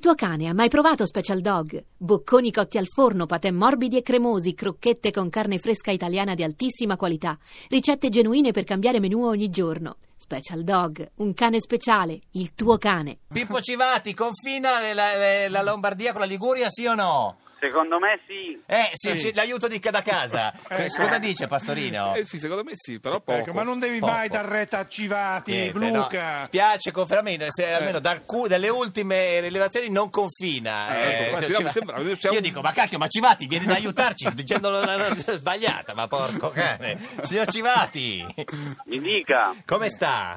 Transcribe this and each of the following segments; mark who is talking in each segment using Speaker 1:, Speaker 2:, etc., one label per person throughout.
Speaker 1: tuo cane ha mai provato Special Dog? Bocconi cotti al forno, patè morbidi e cremosi, crocchette con carne fresca italiana di altissima qualità, ricette genuine per cambiare menù ogni giorno. Special Dog, un cane speciale, il tuo cane.
Speaker 2: Pippo Civati confina le- la, le- la Lombardia con la Liguria, sì o no?
Speaker 3: Secondo me sì.
Speaker 2: Eh, sì, sì, l'aiuto di, da casa.
Speaker 4: Eh,
Speaker 2: Cosa dice Pastorino?
Speaker 5: Eh sì, secondo me sì, però poco.
Speaker 4: Ecco, ma non devi
Speaker 2: Poco.
Speaker 4: mai dar retta a Civati,
Speaker 2: Niente, no.
Speaker 4: Luca.
Speaker 2: Spiace confermarmi, se
Speaker 5: Eh.
Speaker 2: almeno da alcu- dalle ultime rilevazioni non confina.
Speaker 5: Eh,
Speaker 2: eh,
Speaker 5: ecco, infatti,
Speaker 2: cioè,
Speaker 5: no,
Speaker 2: Civati-
Speaker 5: mi sembra- mi sembra-
Speaker 2: Io dico, ma cacchio, ma Civati vieni ad aiutarci dicendolo la- la- la- sbagliata, ma porco cane. Signor Civati,
Speaker 3: Mi dica.
Speaker 2: come sta?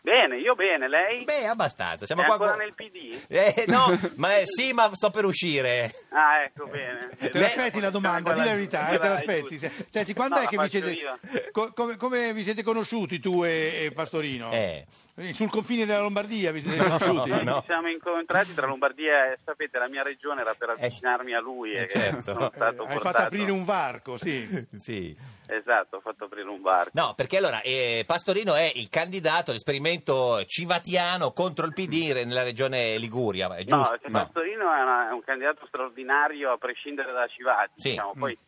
Speaker 3: Bene, io bene, lei?
Speaker 2: Beh, abbastanza. Siamo
Speaker 3: È
Speaker 2: qua
Speaker 3: ancora
Speaker 2: con-
Speaker 3: nel PD?
Speaker 2: Eh, no, ma eh, sì, ma sto per uscire.
Speaker 3: Ah, ecco, bene.
Speaker 4: Eh, Te
Speaker 2: Beh,
Speaker 4: l'aspetti la domanda, di la verità, eh, te l'aspetti. Se- Senti, quando
Speaker 3: No,
Speaker 4: è
Speaker 3: la
Speaker 4: che vi
Speaker 3: faccio
Speaker 4: siete,
Speaker 3: io.
Speaker 4: co- come, come vi siete conosciuti tu e, e Pastorino?
Speaker 2: Eh.
Speaker 4: Sul confine della Lombardia vi siete
Speaker 2: No,
Speaker 4: conosciuti?
Speaker 2: no,
Speaker 3: Ci siamo incontrati tra Lombardia e, sapete, la mia regione era per
Speaker 2: Eh,
Speaker 3: avvicinarmi a lui e
Speaker 2: eh, certo.
Speaker 3: sono
Speaker 4: Eh,
Speaker 3: stato
Speaker 4: hai
Speaker 3: portato.
Speaker 4: fatto aprire un varco, sì.
Speaker 2: Sì.
Speaker 3: Esatto, ho fatto aprire un bar.
Speaker 2: No, perché allora eh, Pastorino è il candidato all'esperimento civatiano contro il PD re- nella regione Liguria, è
Speaker 3: No,
Speaker 2: giusto?
Speaker 3: cioè, Pastorino è, una- è un candidato straordinario a prescindere da Civati.
Speaker 2: Sì.
Speaker 3: Diciamo. Poi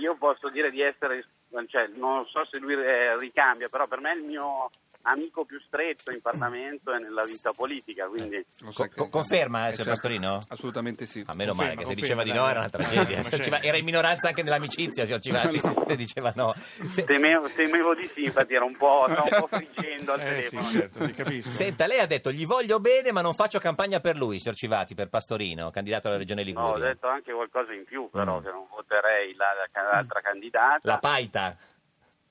Speaker 3: io posso dire di essere, cioè, non so se lui eh, ricambia, però per me è il mio amico più stretto in Parlamento e nella vita politica. Quindi
Speaker 5: Non so
Speaker 2: Co-
Speaker 5: che-
Speaker 2: co- conferma, eh,
Speaker 5: Eh,
Speaker 2: signor Pastorino? Ah.
Speaker 5: Assolutamente sì.
Speaker 2: A meno male,
Speaker 4: Conferma,
Speaker 2: che se diceva
Speaker 4: conferma,
Speaker 2: di
Speaker 4: dai,
Speaker 2: no
Speaker 4: dai.
Speaker 2: era una tragedia,
Speaker 4: Ma
Speaker 2: signor
Speaker 4: c'è.
Speaker 2: Civati- era in minoranza anche nell'amicizia, signor Civati, se diceva no. Se-
Speaker 3: temevo, temevo di sì, infatti era un po', stavo un po' friggendo al
Speaker 4: Eh, sì,
Speaker 3: telefono.
Speaker 4: certo, sì, capisco.
Speaker 2: Senta, lei ha detto gli voglio bene ma non faccio campagna per lui, signor Civati, per Pastorino, candidato alla regione
Speaker 3: No, ho
Speaker 2: Liguria.
Speaker 3: detto anche qualcosa in più, però
Speaker 2: Mm.
Speaker 3: che non voterei la, la- l'altra candidata.
Speaker 2: La Paita,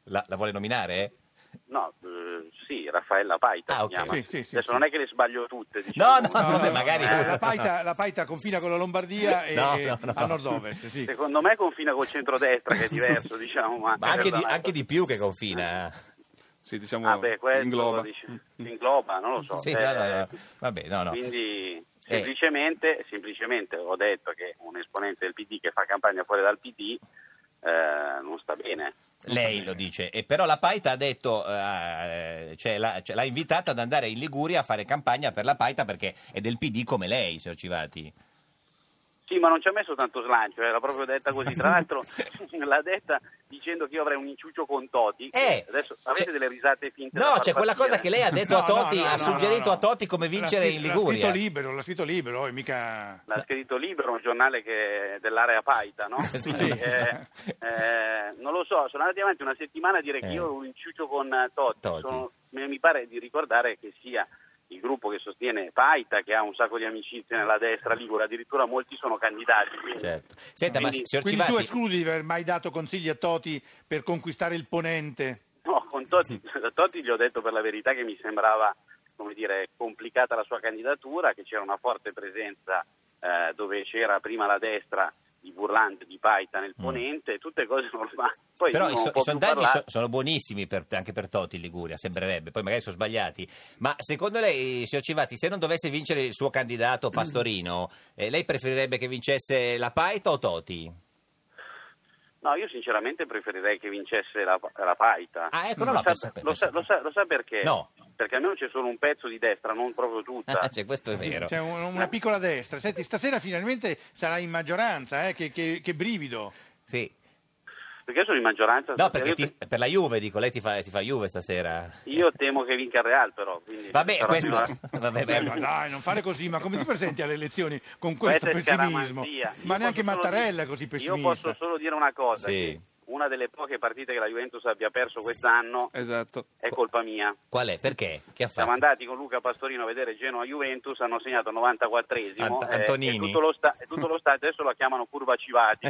Speaker 2: la, la vuole nominare? eh?
Speaker 3: No, eh, sì, Raffaella Paita
Speaker 2: Ah,
Speaker 3: si
Speaker 2: ok.
Speaker 3: chiama.
Speaker 4: Sì, sì, sì,
Speaker 3: Adesso
Speaker 4: sì.
Speaker 3: non è che le sbaglio tutte.
Speaker 2: No,
Speaker 3: diciamo.
Speaker 2: no, vabbè, magari...
Speaker 4: Eh, la, paita, la Paita confina con la Lombardia e,
Speaker 2: No, no, no.
Speaker 4: a nord-ovest, sì.
Speaker 3: Secondo me confina col centrodestra che è diverso, diciamo. Ma,
Speaker 2: Ma anche di,
Speaker 3: Esatto. Eh,
Speaker 2: anche di più che confina.
Speaker 5: Sì, diciamo,
Speaker 3: Ah, beh, questo
Speaker 5: ingloba. Mm,
Speaker 3: dice- ingloba, non lo so.
Speaker 2: Sì,
Speaker 3: Eh,
Speaker 2: no, no, no. Vabbè, no, no.
Speaker 3: Quindi
Speaker 2: Eh.
Speaker 3: semplicemente, semplicemente ho detto che un esponente del PD che fa campagna fuori dal PD eh, non sta bene.
Speaker 2: Lei lo dice, e però la Paita ha detto, eh, cioè, la- cioè, l'ha invitata ad andare in Liguria a fare campagna per la Paita perché è del PD come lei, signor Civati.
Speaker 3: Sì, ma non ci ha messo tanto slancio, era proprio detta così. Tra l'altro l'ha detta dicendo che io avrei un inciucio con Toti.
Speaker 2: Eh,
Speaker 3: Adesso avete
Speaker 2: c'è-
Speaker 3: delle risate finte. da
Speaker 2: No,
Speaker 3: far
Speaker 2: c'è quella
Speaker 3: partire.
Speaker 2: cosa che lei ha detto a
Speaker 4: No, no,
Speaker 2: Totti,
Speaker 4: no,
Speaker 2: ha
Speaker 4: no,
Speaker 2: suggerito
Speaker 4: no, no.
Speaker 2: a Totti come vincere
Speaker 4: L'ha scri-
Speaker 2: in
Speaker 4: L'ha
Speaker 2: Liguria.
Speaker 4: scritto libero, l'ha scritto libero, e mica...
Speaker 3: L'ha scritto Libero, un giornale che- dell'area Paita, no?
Speaker 2: Sì.
Speaker 3: Eh, eh, non lo so, sono andati avanti una settimana a dire che
Speaker 2: Eh.
Speaker 3: io ho un inciucio con eh, Totti.
Speaker 2: Totti.
Speaker 3: Sono- mi mi pare di ricordare che sia il gruppo che sostiene Paita, che ha un sacco di amicizie nella destra ligure, addirittura molti sono candidati. quindi.
Speaker 2: Certo. Senta, ma
Speaker 3: Quindi-
Speaker 2: signor
Speaker 4: Quindi tu
Speaker 2: Civati,
Speaker 4: escludi di aver mai dato consigli a Toti per conquistare il ponente?
Speaker 3: No, con Totti, da Totti gli ho detto per la verità che mi sembrava come dire, complicata la sua candidatura, che c'era una forte presenza eh, dove c'era prima la destra di Burlante, di Paita nel ponente, tutte cose normali. Poi
Speaker 2: Mm. però
Speaker 3: uno
Speaker 2: i,
Speaker 3: non
Speaker 2: so-
Speaker 3: può
Speaker 2: i
Speaker 3: più
Speaker 2: sondaggi so-
Speaker 3: parlare.
Speaker 2: sono buonissimi per- anche per Totti in Liguria, sembrerebbe, poi magari sono sbagliati. Ma secondo lei, signor Civati, se non dovesse vincere il suo candidato Pastorino, eh, lei preferirebbe che vincesse la Paita o Totti?
Speaker 3: No, io sinceramente preferirei che vincesse la, la Paita.
Speaker 2: Ah, ecco, no,
Speaker 3: lo,
Speaker 2: no, per
Speaker 3: sa,
Speaker 2: sapere,
Speaker 3: lo, sa,
Speaker 2: per
Speaker 3: lo sa- lo sa perché?
Speaker 2: No.
Speaker 3: Perché almeno c'è solo un pezzo di destra, non proprio tutta.
Speaker 2: Ah, cioè, questo è vero.
Speaker 4: Esatto. C'è un- una piccola destra. Senti, stasera finalmente sarai in maggioranza, eh, che- che- che brivido.
Speaker 2: Sì.
Speaker 3: Perché sono in maggioranza? cioè,
Speaker 2: No, perché
Speaker 3: Io,
Speaker 2: ti- per la Juve, dico, lei ti fa, ti fa Juve stasera.
Speaker 3: io temo che vinca il Real, però. quindi
Speaker 2: Vabbè,
Speaker 3: sarà
Speaker 2: questo...
Speaker 3: più-
Speaker 2: Vabbè,
Speaker 4: Eh,
Speaker 2: beh,
Speaker 4: ma dai, non fare così, ma come ti presenti alle elezioni con questo
Speaker 3: è
Speaker 4: pessimismo?
Speaker 3: scaramanzia.
Speaker 4: Ma
Speaker 3: Io
Speaker 4: neanche
Speaker 3: posso solo
Speaker 4: Mattarella
Speaker 3: dire-
Speaker 4: è così
Speaker 3: Io posso
Speaker 4: pessimista.
Speaker 3: solo dire una cosa,
Speaker 2: Sì.
Speaker 3: che una delle poche partite che la Juventus abbia perso quest'anno
Speaker 4: Eh,
Speaker 5: Esatto.
Speaker 3: è colpa mia.
Speaker 2: Qual è? Perché? Che ha
Speaker 3: Siamo
Speaker 2: fatto?
Speaker 3: andati con Luca Pastorino a vedere Genoa-Juventus, hanno segnato il 94esimo
Speaker 2: Ant-
Speaker 3: eh,
Speaker 2: Antonini.
Speaker 3: e tutto lo, sta- e tutto lo stadio adesso la chiamano curva Civati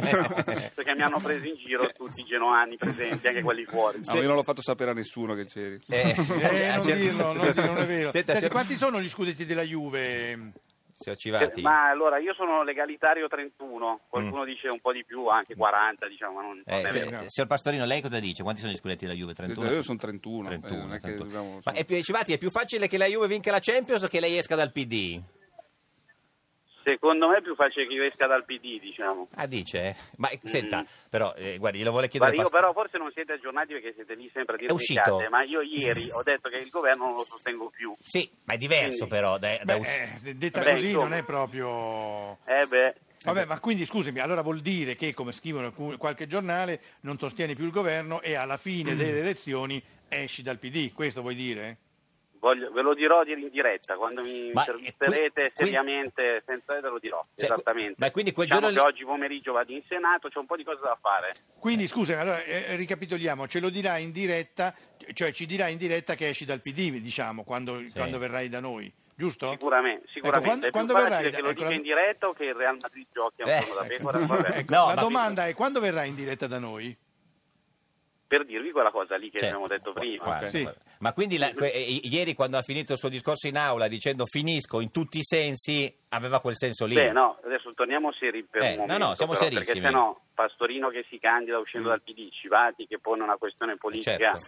Speaker 3: perché mi hanno preso in giro tutti i genoani presenti, anche quelli fuori.
Speaker 5: No, Ah, io non l'ho fatto sapere a nessuno che c'eri.
Speaker 2: Eh,
Speaker 4: Eh, non
Speaker 2: cioè-
Speaker 4: dirlo, non, dirlo, non è vero.
Speaker 2: Senta,
Speaker 4: Senti,
Speaker 2: signor-
Speaker 4: quanti sono gli scudetti della Juve?
Speaker 2: signor Civati.
Speaker 3: Ma allora io sono legalitario 31, qualcuno dice un po' di più, anche 40 diciamo, ma non,
Speaker 2: Mm.
Speaker 3: non
Speaker 2: Eh,
Speaker 3: è
Speaker 2: se-
Speaker 3: vero.
Speaker 4: vero.
Speaker 2: signor Pastorino, lei cosa dice? Quanti sono gli scudetti della Juve? 31?
Speaker 5: Io sono 31, eh,
Speaker 2: 31,
Speaker 5: non è che
Speaker 2: 31.
Speaker 5: dobbiamo-
Speaker 2: Ma è più, Civati, è più facile che la Juve vinca la Champions o che lei esca dal PD?
Speaker 3: Secondo me è più facile che io esca dal PD, diciamo.
Speaker 2: Ah, dice? Ma eh,
Speaker 3: Mm.
Speaker 2: senta, però, eh, guardi, glielo vuole chiedere...
Speaker 3: Guarda, io
Speaker 2: Past-
Speaker 3: però forse non siete aggiornati perché siete lì sempre a dire
Speaker 2: È uscito.
Speaker 3: minchiate, ma io ieri ho detto che il governo non lo sostengo più.
Speaker 2: Sì, ma è diverso
Speaker 3: Sì.
Speaker 2: però da, da
Speaker 4: Beh,
Speaker 2: us-
Speaker 4: eh, detta
Speaker 3: Vabbè,
Speaker 4: così
Speaker 3: insomma.
Speaker 4: non è proprio...
Speaker 3: Eh beh,
Speaker 2: Ecco.
Speaker 4: Vabbè, ma quindi scusami, allora vuol dire che, come scrivono alcuni- qualche giornale, non sostieni più il governo e alla
Speaker 2: Mm.
Speaker 4: fine delle elezioni esci dal PD, questo vuoi dire?
Speaker 3: voglio- ve lo dirò di- in diretta, quando mi
Speaker 2: Ma-
Speaker 3: intervisterete
Speaker 2: e qui- qui-
Speaker 3: seriamente, senza ve lo dirò,
Speaker 2: Cioè,
Speaker 3: esattamente.
Speaker 2: ma quindi quel
Speaker 3: diciamo
Speaker 2: giorno
Speaker 3: che
Speaker 2: lì-
Speaker 3: oggi pomeriggio vado in Senato, c'è un po' di cose da fare.
Speaker 4: Quindi scusami, allora eh, ricapitoliamo, ce lo dirà in diretta, cioè ci dirà in diretta che esci dal PD, diciamo, quando, quando verrai da noi, giusto?
Speaker 3: Sicuramente, sicuramente.
Speaker 4: Ecco, quando, quando
Speaker 3: è più
Speaker 4: verrai
Speaker 3: facile
Speaker 4: da-
Speaker 3: che lo
Speaker 4: ecco,
Speaker 3: dica
Speaker 4: la-
Speaker 3: in diretta o che il Real Madrid giochi a un
Speaker 2: Eh,
Speaker 3: giorno da
Speaker 2: ecco.
Speaker 3: pecora? vabbè.
Speaker 4: Ecco,
Speaker 2: No,
Speaker 4: la
Speaker 2: ma-
Speaker 4: domanda è quando verrai in diretta da noi?
Speaker 3: Per dirvi quella cosa lì che
Speaker 2: Certo.
Speaker 3: abbiamo detto prima.
Speaker 2: Guarda,
Speaker 4: Sì.
Speaker 2: guarda. Ma quindi la- que- eh, i- ieri quando ha finito il suo discorso in aula dicendo finisco in tutti i sensi, aveva quel senso lì.
Speaker 3: Beh, no, adesso torniamo seri per
Speaker 2: Eh,
Speaker 3: un
Speaker 2: no,
Speaker 3: momento.
Speaker 2: no, siamo
Speaker 3: però,
Speaker 2: serissimi.
Speaker 3: Perché sennò Pastorino che si candida uscendo dal PD, Civati che pone una questione politica
Speaker 2: certo.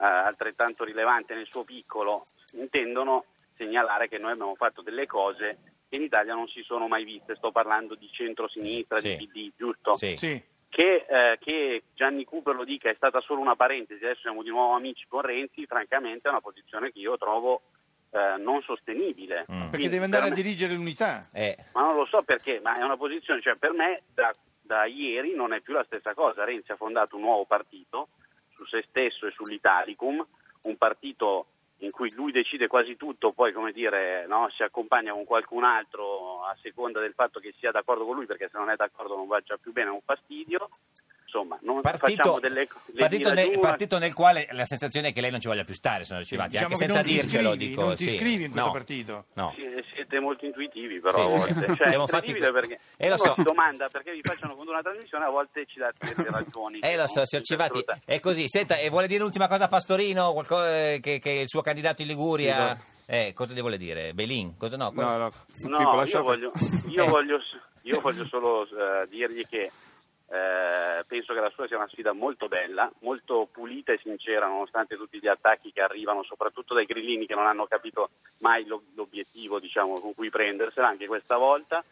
Speaker 3: eh, altrettanto rilevante nel suo piccolo, intendono segnalare che noi abbiamo fatto delle cose che in Italia non si sono mai viste. Sto parlando di centrosinistra,
Speaker 2: Sì.
Speaker 3: di PD, giusto?
Speaker 2: Sì.
Speaker 4: Sì.
Speaker 3: Che, eh, che Gianni Cooper lo dica è stata solo una parentesi, adesso siamo di nuovo amici con Renzi, francamente è una posizione che io trovo eh, non sostenibile.
Speaker 2: Mm.
Speaker 4: Perché
Speaker 3: Quindi,
Speaker 4: deve andare
Speaker 3: per
Speaker 4: a
Speaker 3: me-
Speaker 4: dirigere l'unità.
Speaker 2: Eh,
Speaker 3: ma non lo so perché, ma è una posizione, cioè per me da, da ieri non è più la stessa cosa. Renzi ha fondato un nuovo partito su se stesso e sull'Italicum, un partito in cui lui decide quasi tutto, poi come dire, no, si accompagna con qualcun altro a seconda del fatto che sia d'accordo con lui, perché se non è d'accordo non va già più bene, è un fastidio. Insomma, non
Speaker 2: partito,
Speaker 3: facciamo delle le
Speaker 2: partito
Speaker 3: mila
Speaker 2: nel,
Speaker 3: giù,
Speaker 2: partito nel quale la sensazione è che lei non ci voglia più stare, sono Civati,
Speaker 4: Diciamo
Speaker 2: anche
Speaker 4: che
Speaker 2: senza
Speaker 4: non ti
Speaker 2: dircelo.
Speaker 4: iscrivi,
Speaker 2: dico,
Speaker 4: non ti
Speaker 2: sì.
Speaker 4: iscrivi in questo
Speaker 2: No,
Speaker 4: partito.
Speaker 2: No.
Speaker 3: Sì, Siete molto intuitivi però
Speaker 2: Sì,
Speaker 3: a
Speaker 2: sì.
Speaker 3: volte, cioè,
Speaker 2: Siamo
Speaker 3: è
Speaker 2: fatti-
Speaker 3: incredibile perché
Speaker 2: Eh, lo
Speaker 3: uno
Speaker 2: so.
Speaker 3: domanda perché vi facciano contro una trasmissione a volte ci date delle ragioni.
Speaker 2: Eh
Speaker 3: che
Speaker 2: lo
Speaker 3: non
Speaker 2: so,
Speaker 3: siete
Speaker 2: signor Civati,
Speaker 3: assolutamente-
Speaker 2: è così. Senta, e vuole dire l'ultima cosa a Pastorino, Qualco- eh, che, che il suo candidato in Liguria... eh, cosa gli vuole dire? Belin? Cosa no? cosa-
Speaker 5: No, no, Pippo,
Speaker 3: No,
Speaker 5: lascia-
Speaker 3: io voglio, io
Speaker 2: Eh.
Speaker 3: voglio, io voglio solo eh, dirgli che eh, penso che la sua sia una sfida molto bella, molto pulita e sincera, nonostante tutti gli attacchi che arrivano, soprattutto dai grillini che non hanno capito mai lo- l'obiettivo diciamo, con cui prendersela anche questa volta.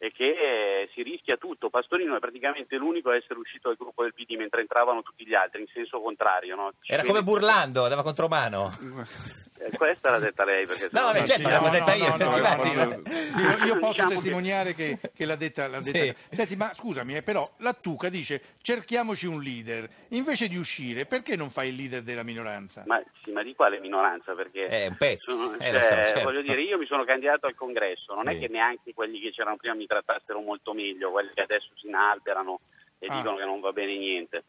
Speaker 3: E che eh, si rischia tutto. Pastorino è praticamente l'unico a essere uscito dal gruppo del PD mentre entravano tutti gli altri, in senso contrario. no?
Speaker 2: Era
Speaker 3: Quindi-
Speaker 2: come burlando, andava contro mano.
Speaker 3: Eh, Questa l'ha detta lei. Perché
Speaker 2: No, beh,
Speaker 3: sennò-
Speaker 4: Sì,
Speaker 2: certo,
Speaker 4: no,
Speaker 2: l'avevo
Speaker 4: no,
Speaker 2: detta
Speaker 4: no,
Speaker 2: io,
Speaker 4: no,
Speaker 2: signor
Speaker 4: no,
Speaker 2: Civati.
Speaker 4: no, no. Io, io posso
Speaker 3: Diciamo che-
Speaker 4: testimoniare che, che l'ha detta. L'ha detta.
Speaker 2: Sì.
Speaker 4: Senti, ma scusami, eh, però la Tuca dice cerchiamoci un leader. Invece di uscire, perché non fai il leader della minoranza?
Speaker 3: Ma, sì, ma di quale minoranza? Perché
Speaker 2: Eh, un pezzo.
Speaker 3: sono-
Speaker 2: Eh, lo
Speaker 3: cioè,
Speaker 2: so, certo.
Speaker 3: voglio dire, io mi sono candidato al congresso, non
Speaker 2: Sì.
Speaker 3: è che neanche quelli che c'erano prima mi trattassero molto meglio, quelli che adesso si inalberano e
Speaker 4: Ah.
Speaker 3: dicono che non va bene niente.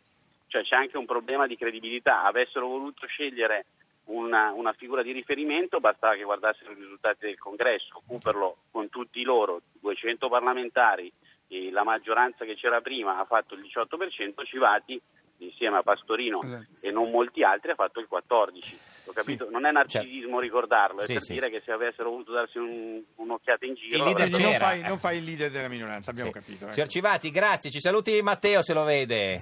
Speaker 3: Cioè c'è anche un problema di credibilità. Avessero voluto scegliere una, una figura di riferimento, bastava che guardassero i risultati del congresso, Cooperlo con tutti loro, 200 parlamentari, e la maggioranza che c'era prima ha fatto il 18%, Civati insieme a Pastorino
Speaker 5: Esatto.
Speaker 3: e non molti altri ha fatto il 14. Ho capito? Non è narcisismo ricordarlo, è
Speaker 2: Certo. Sì,
Speaker 3: per
Speaker 2: sì,
Speaker 3: dire
Speaker 2: sì.
Speaker 3: che se avessero voluto darsi un- un'occhiata in giro...
Speaker 2: Il leader
Speaker 3: avrebbero-
Speaker 4: Quindi Cioè, non
Speaker 2: c'era. eh.
Speaker 4: fai, non fai il leader della minoranza, abbiamo
Speaker 2: Sì.
Speaker 4: capito. ecco.
Speaker 2: Signor Civati, grazie, ci saluti Matteo se lo vede.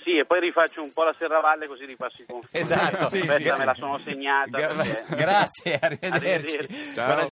Speaker 3: Sì, e poi rifaccio un po' la Serravalle così ripasso i confini.
Speaker 2: Esatto.
Speaker 4: Sì,
Speaker 3: Questa
Speaker 4: sì.
Speaker 3: me la sono segnata.
Speaker 2: Gra-
Speaker 3: perché-
Speaker 2: grazie, arrivederci.
Speaker 3: Arrivederci.
Speaker 5: Ciao.
Speaker 2: Buona